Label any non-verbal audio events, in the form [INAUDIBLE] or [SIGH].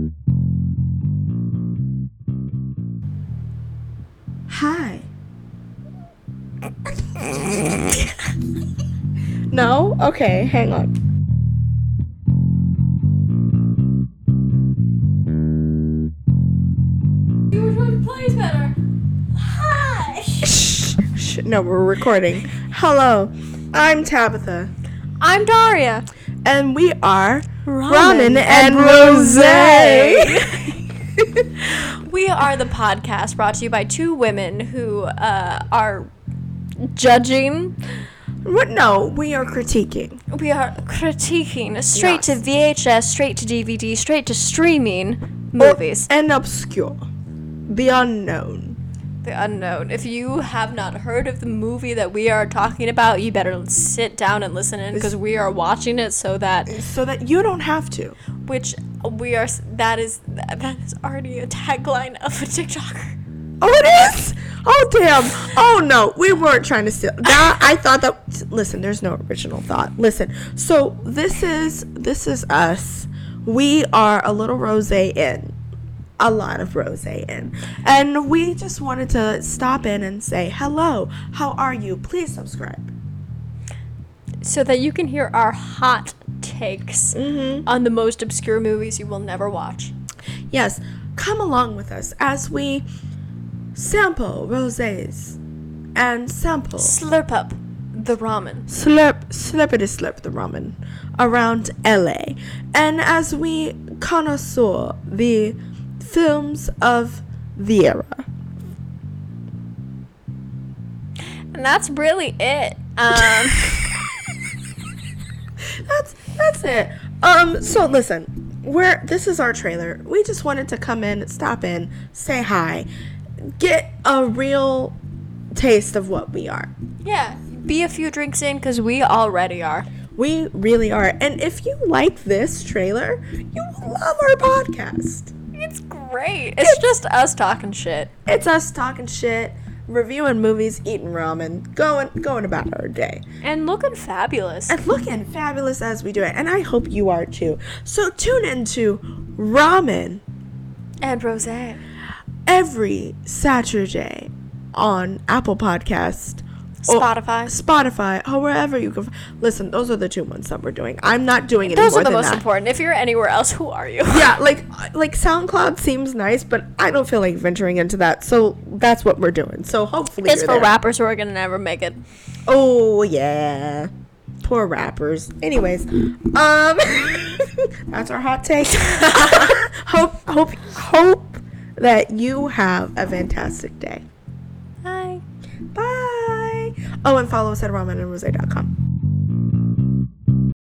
[LAUGHS] No? Okay, hang on. You were trying to play us better. Hush! Shh, shh. No, we're recording. Hello, I'm Tabitha, I'm Daria. and we are Ramen, Ramen and, and Rosé. We are the podcast brought to you by two women who uh, are judging. [LAUGHS] what? No, we are critiquing. We are critiquing straight Yes. to VHS, straight to DVD, straight to streaming movies. And obscure, the unknown. the unknown. If you have not heard of the movie that we are talking about, you better sit down and listen in because we are watching it so that So that you don't have to. which we are s- that is that is already a tagline of a TikToker. Oh, it is? Oh, damn. Oh, no. We weren't trying to steal. That, I thought that. Listen, there's no original thought. Listen. So this is this is us. We are a little rose in, a lot of rose in, and we just wanted to stop in and say hello. How are you? Please subscribe. so that you can hear our hot takes Mm-hmm. on the most obscure movies you will never watch. Yes, come along with us as we sample roses and sample Slurp up the ramen. slurp slurpity slurp the ramen around LA. And as we connoisseur the films of the era. And that's really it. [LAUGHS] Um, That's that's it. Um so listen, we're this is our trailer. We just wanted to come in, stop in, say hi, get a real taste of what we are. yeah, be a few drinks in because we already are. We really are. And if you like this trailer, you will love our podcast. It's great. It's just us talking shit. It's us talking shit, reviewing movies, eating ramen, going going about our day. And looking fabulous. And looking fabulous as we do it. And I hope you are too. So tune in to Ramen And Rosé. every Saturday on Apple Podcast. or Spotify. Spotify, or wherever you can. Listen, those are the two ones that we're doing. I'm not doing any Those more are the than most that. important. If you're anywhere else, who are you? yeah, like like SoundCloud seems nice, but I don't feel like venturing into that. So that's what we're doing. So hopefully It's you're for there. rappers who are gonna never make it. Oh yeah, poor rappers. Anyways, um, [LAUGHS] that's our hot take. [LAUGHS] hope hope hope that you have a fantastic day. Hi. Bye. Oh, and follow us at ramenandrose.com.